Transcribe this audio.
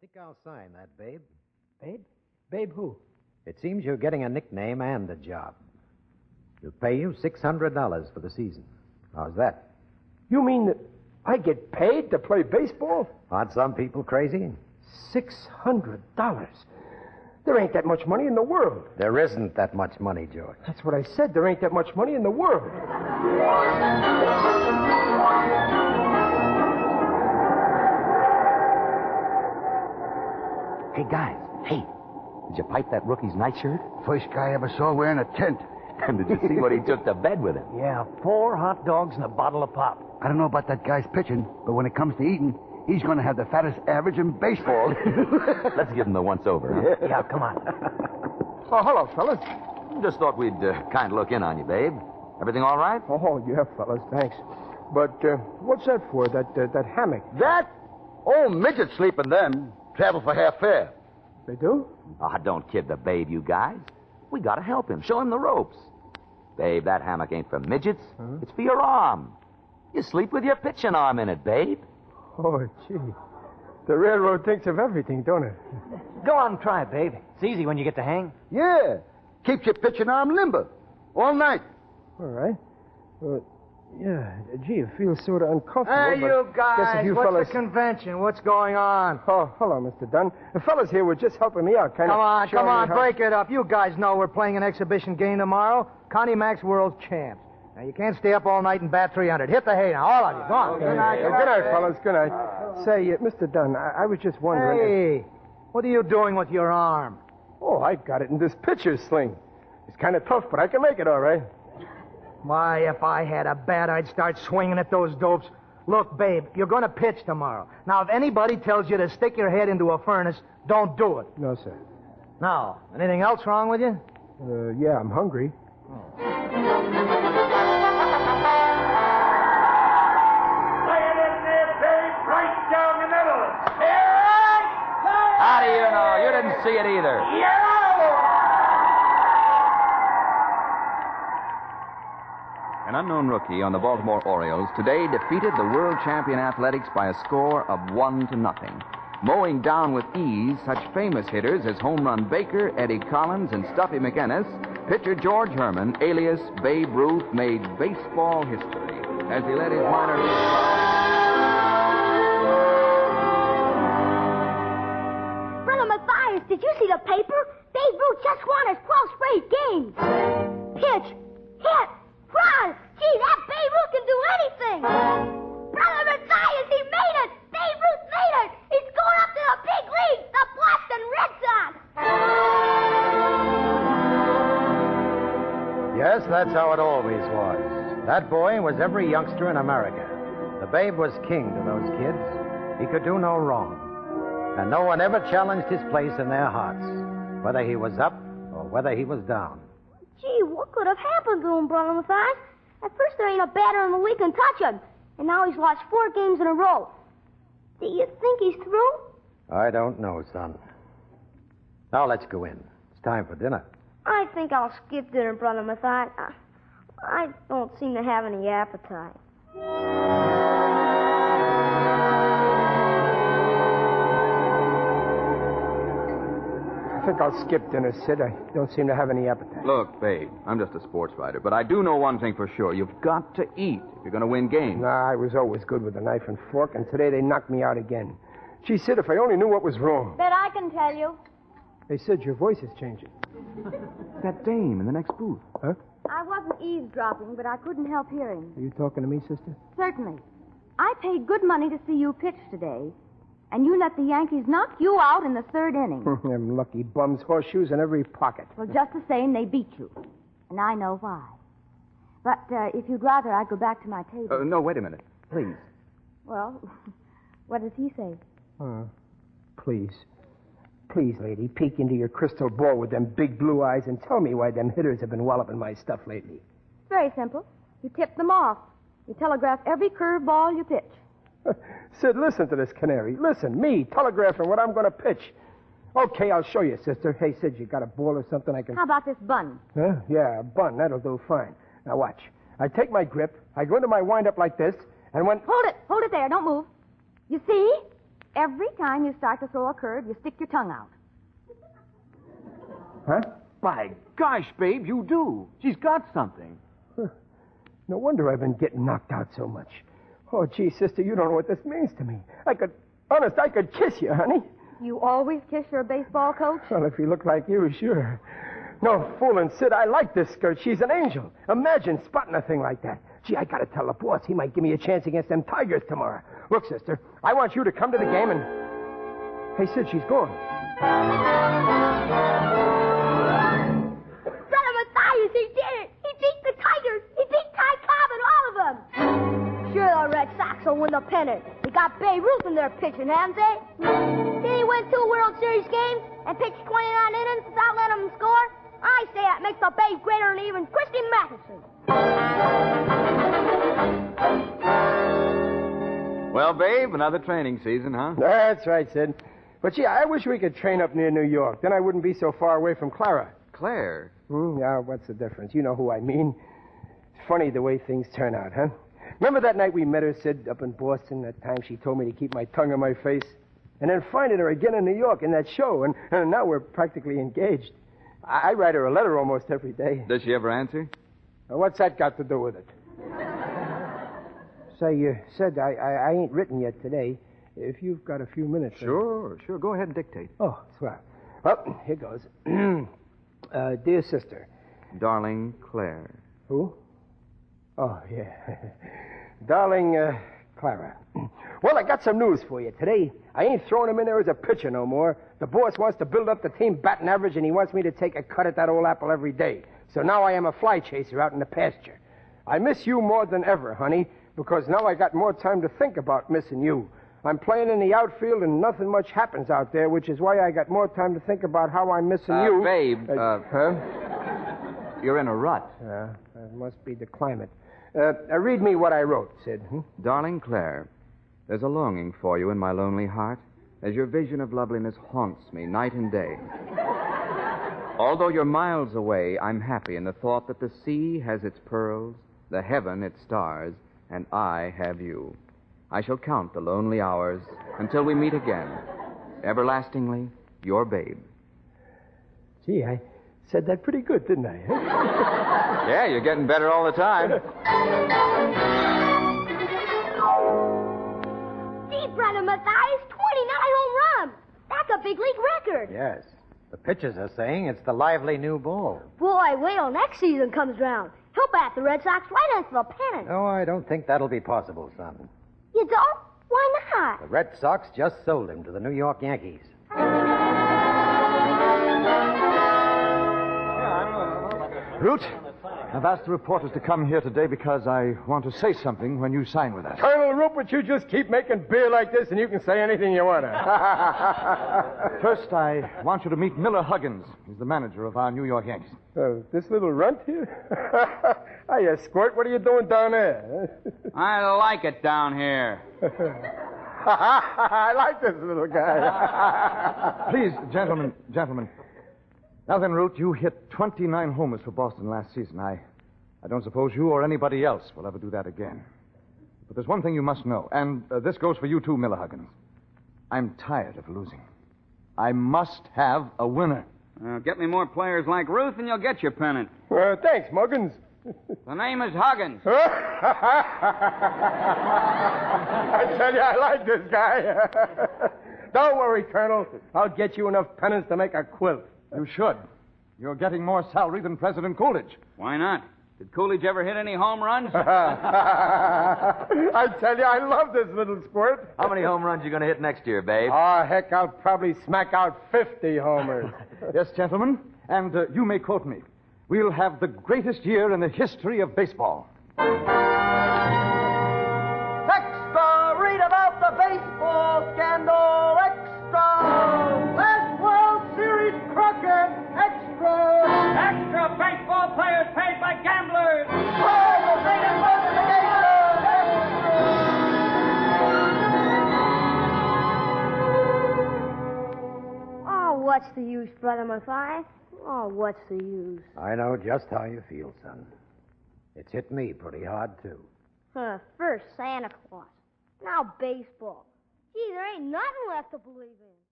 think I'll sign that, babe. Babe? Babe who? It seems you're getting a nickname and a job. We'll pay you $600 for the season. How's that? You mean that I get paid to play baseball? Aren't some people crazy? Six hundred dollars. There ain't that much money in the world. There isn't that much money, George. That's what I said. There ain't that much money in the world. Hey, guys. Hey. Did you pipe that rookie's nightshirt? First guy I ever saw wearing a tent. And did you see what he took to bed with him? Yeah, four hot dogs and a bottle of pop. I don't know about that guy's pitching, but when it comes to eating, he's going to have the fattest average in baseball. Let's give him the once over. Yeah, come on. Oh, hello, fellas. Huh? Just thought we'd uh, kind of look in on you, babe. Everything all right? Oh, yeah, fellas, thanks. But uh, what's that for, that uh, that hammock? that? Oh, midget sleeping them. Travel for half fare. They do? Ah, don't kid the babe, you guys. We gotta help him. Show him the ropes. Babe, that hammock ain't for midgets. It's for your arm. You sleep with your pitching arm in it, babe. Oh, gee. The railroad thinks of everything, don't it? Go on, try it, babe. It's easy when you get the hang. Yeah. Keeps your pitching arm limber. All night. All right. Well, yeah, gee, it feels sort of uncomfortable. Hey, but Ah, you guess if guys, you what's fellas... the convention? What's going on? Oh, hello, Mr. Dunn. The fellas here were just helping me out, kind of. Come on, showing come me on, how- break it up. You guys know we're playing an exhibition game tomorrow. Connie Mack's world champs. Now, you can't stay up all night and bat 300. Hit the hay now, all of you. Go on. Good Yeah, good night, fellas. Good night. Say, uh, Mr. Dunn, I, I was just wondering. Hey, what are you doing with your arm? Oh, I got it in this pitcher's sling. It's kind of tough, but I can make it all right. Why, if I had a bat, I'd start swinging at those dopes. Look, babe, you're going to pitch tomorrow. Now, if anybody tells you to stick your head into a furnace, don't do it. No, sir. Now, anything else wrong with you? Uh, yeah, I'm hungry. Play it in there, babe, right down the middle. Yeah, How do you know? You didn't see it either. An unknown rookie on the Baltimore Orioles today defeated the world champion athletics by a score of one to nothing, mowing down with ease such famous hitters as home run Baker, Eddie Collins, and Stuffy McGinnis. Pitcher George Herman, alias Babe Ruth, made baseball history as he led his minor league. Brother Matthias, did you see the paper? Babe Ruth just won his 12th straight games. Pitch, hit, run. Gee, that Babe Ruth can do anything. Brother Matthias, he made it. Babe Ruth made it. He's going up to the big leagues, the Boston Red Sox. Yes, that's how it always was. That boy was every youngster in America. The babe was king to those kids. He could do no wrong. And no one ever challenged his place in their hearts, whether he was up or whether he was down. Gee, what could have happened to him, Brother Matthias? At first, there ain't a batter in the league can touch him, and now he's lost four games in a row. Do you think he's through? I don't know, son. Now let's go in. It's time for dinner. I think I'll skip dinner, Brother Matthias. I, I don't seem to have any appetite. I think I'll skip dinner, Sid. I don't seem to have any appetite. Look, babe, I'm just a sports writer, but I do know one thing for sure. You've got to eat if you're going to win games. Nah, I was always good with a knife and fork, and today they knocked me out again. Gee, Sid, if I only knew what was wrong. Bet I can tell you. Hey, Sid, your voice is changing. That dame in the next booth. I wasn't eavesdropping, but I couldn't help hearing. Are you talking to me, sister? Certainly. I paid good money to see you pitch today, and you let the Yankees knock you out in the third inning. Them lucky bums, horseshoes in every pocket. Well, just the same, they beat you. And I know why. But uh, if you'd rather, I'd go back to my table. Uh, no, wait a minute. Please. well, what does he say? Uh, please. Please, lady, peek into your crystal ball with them big blue eyes and tell me why them hitters have been walloping my stuff lately. It's very simple. You tip them off. You telegraph every curveball you pitch. Sid, listen to this canary. Listen, me telegraphing what I'm going to pitch. Okay, I'll show you, sister. Hey, Sid, you got a ball or something I can. How about this bun? Huh? Yeah, a bun. That'll do fine. Now, watch. I take my grip, I go into my windup like this, and when. Hold it. Hold it there. Don't move. You see? Every time you start to throw a curve, you stick your tongue out. Huh? By gosh, babe, you do. She's got something. No wonder I've been getting knocked out so much. Oh, gee, sister, you don't know what this means to me. I could, honest, I could kiss you, honey. You always kiss your baseball coach? Well, if you look like you, sure. No fooling, Sid. I like this skirt. She's an angel. Imagine spotting a thing like that. Gee, I gotta tell the boss. He might give me a chance against them Tigers tomorrow. Look, sister, I want you to come to the game and. Hey, Sid, she's gone. Brother Matthias, he did it. He beat the Tigers. He beat Ty Cobb and all of them. Sure, the Red Sox will win the pennant. They got Babe Ruth in their pitching, haven't they? Did he win two World Series games and pitch 29 innings without letting them score? I say that makes the Babe greater than even Christy Matheson. Well, babe, another training season, huh? That's right, Sid. But gee, I wish we could train up near New York. Then I wouldn't be so far away from Clara. Claire. Hmm, yeah, what's the difference? You know who I mean. It's funny the way things turn out, huh? Remember that night we met her, Sid, up in Boston? That time she told me to keep my tongue in my face? And then finding her again in New York in that show, and, and now we're practically engaged. I, I write her a letter almost every day. Does she ever answer? Now, what's that got to do with it? Say, you said I, I, I ain't written yet today. If you've got a few minutes. uh, Sure, sure. Go ahead and dictate. Oh, swell. Well, here goes. uh, dear sister. Darling Claire. Who? Oh, yeah. Darling uh, Clara. Well, I got some news for you. Today, I ain't throwing him in there as a pitcher no more. The boss wants to build up the team batting average, and he wants me to take a cut at that old apple every day. So now I am a fly chaser out in the pasture. I miss you more than ever, honey, because now I got more time to think about missing you. I'm playing in the outfield, and nothing much happens out there, which is why I got more time to think about how I'm missing Uh, you. babe, uh, huh? You're in a rut. Uh, it must be the climate. Uh, uh, read me what I wrote, Sid. Hmm? Darling Claire, there's a longing for you in my lonely heart as your vision of loveliness haunts me night and day. Although you're miles away, I'm happy in the thought that the sea has its pearls, the heaven its stars, and I have you. I shall count the lonely hours until we meet again. Everlastingly, your babe. Gee, I said that pretty good, didn't I? huh? Yeah, you're getting better all the time. See, Brother Matthias, 29 home runs. That's a big league record. Yes. The pitchers are saying it's the lively new ball. Boy, wait till next season comes round. He'll bat the Red Sox right into the pennant. No, I don't think that'll be possible, son. You don't? Why not? The Red Sox just sold him to the New York Yankees. Root, I've asked the reporters to come here today because I want to say something when you sign with us. Colonel Rupert, you just keep making beer like this, and you can say anything you want to. First, I want you to meet Miller Huggins. He's the manager of our New York Yankees. oh, this little runt here? Hiya, Squirt. What are you doing down there? I like it down here. I like this little guy. Please, gentlemen, gentlemen. Now then, Root, you hit 29 homers for Boston last season. I, I don't suppose you or anybody else will ever do that again. But there's one thing you must know, and uh, this goes for you too, Miller Huggins. I'm tired of losing. I must have a winner. Uh, get me more players like Ruth, and you'll get your pennant. well, Uh, thanks, Muggins. The name is Huggins. I tell you, I like this guy. Don't worry, Colonel. I'll get you enough penance to make a quilt. You should. You're getting more salary than President Coolidge. Why not? Did Coolidge ever hit any home runs? I tell you, I love this little squirt. How many home runs are you going to hit next year, babe? Oh, heck, I'll probably smack out 50 homers. Yes, gentlemen, and uh, you may quote me. We'll have the greatest year in the history of baseball. Extra! Read about the baseball scandal! Extra! Last World Series crooked! Extra! Extra baseball players paid by gamblers. Oh, what's the use, Brother Matthias? Oh, what's the use? I know just how you feel, son. It's hit me pretty hard, too. Huh, first Santa Claus. Now baseball. Gee, there ain't nothing left to believe in.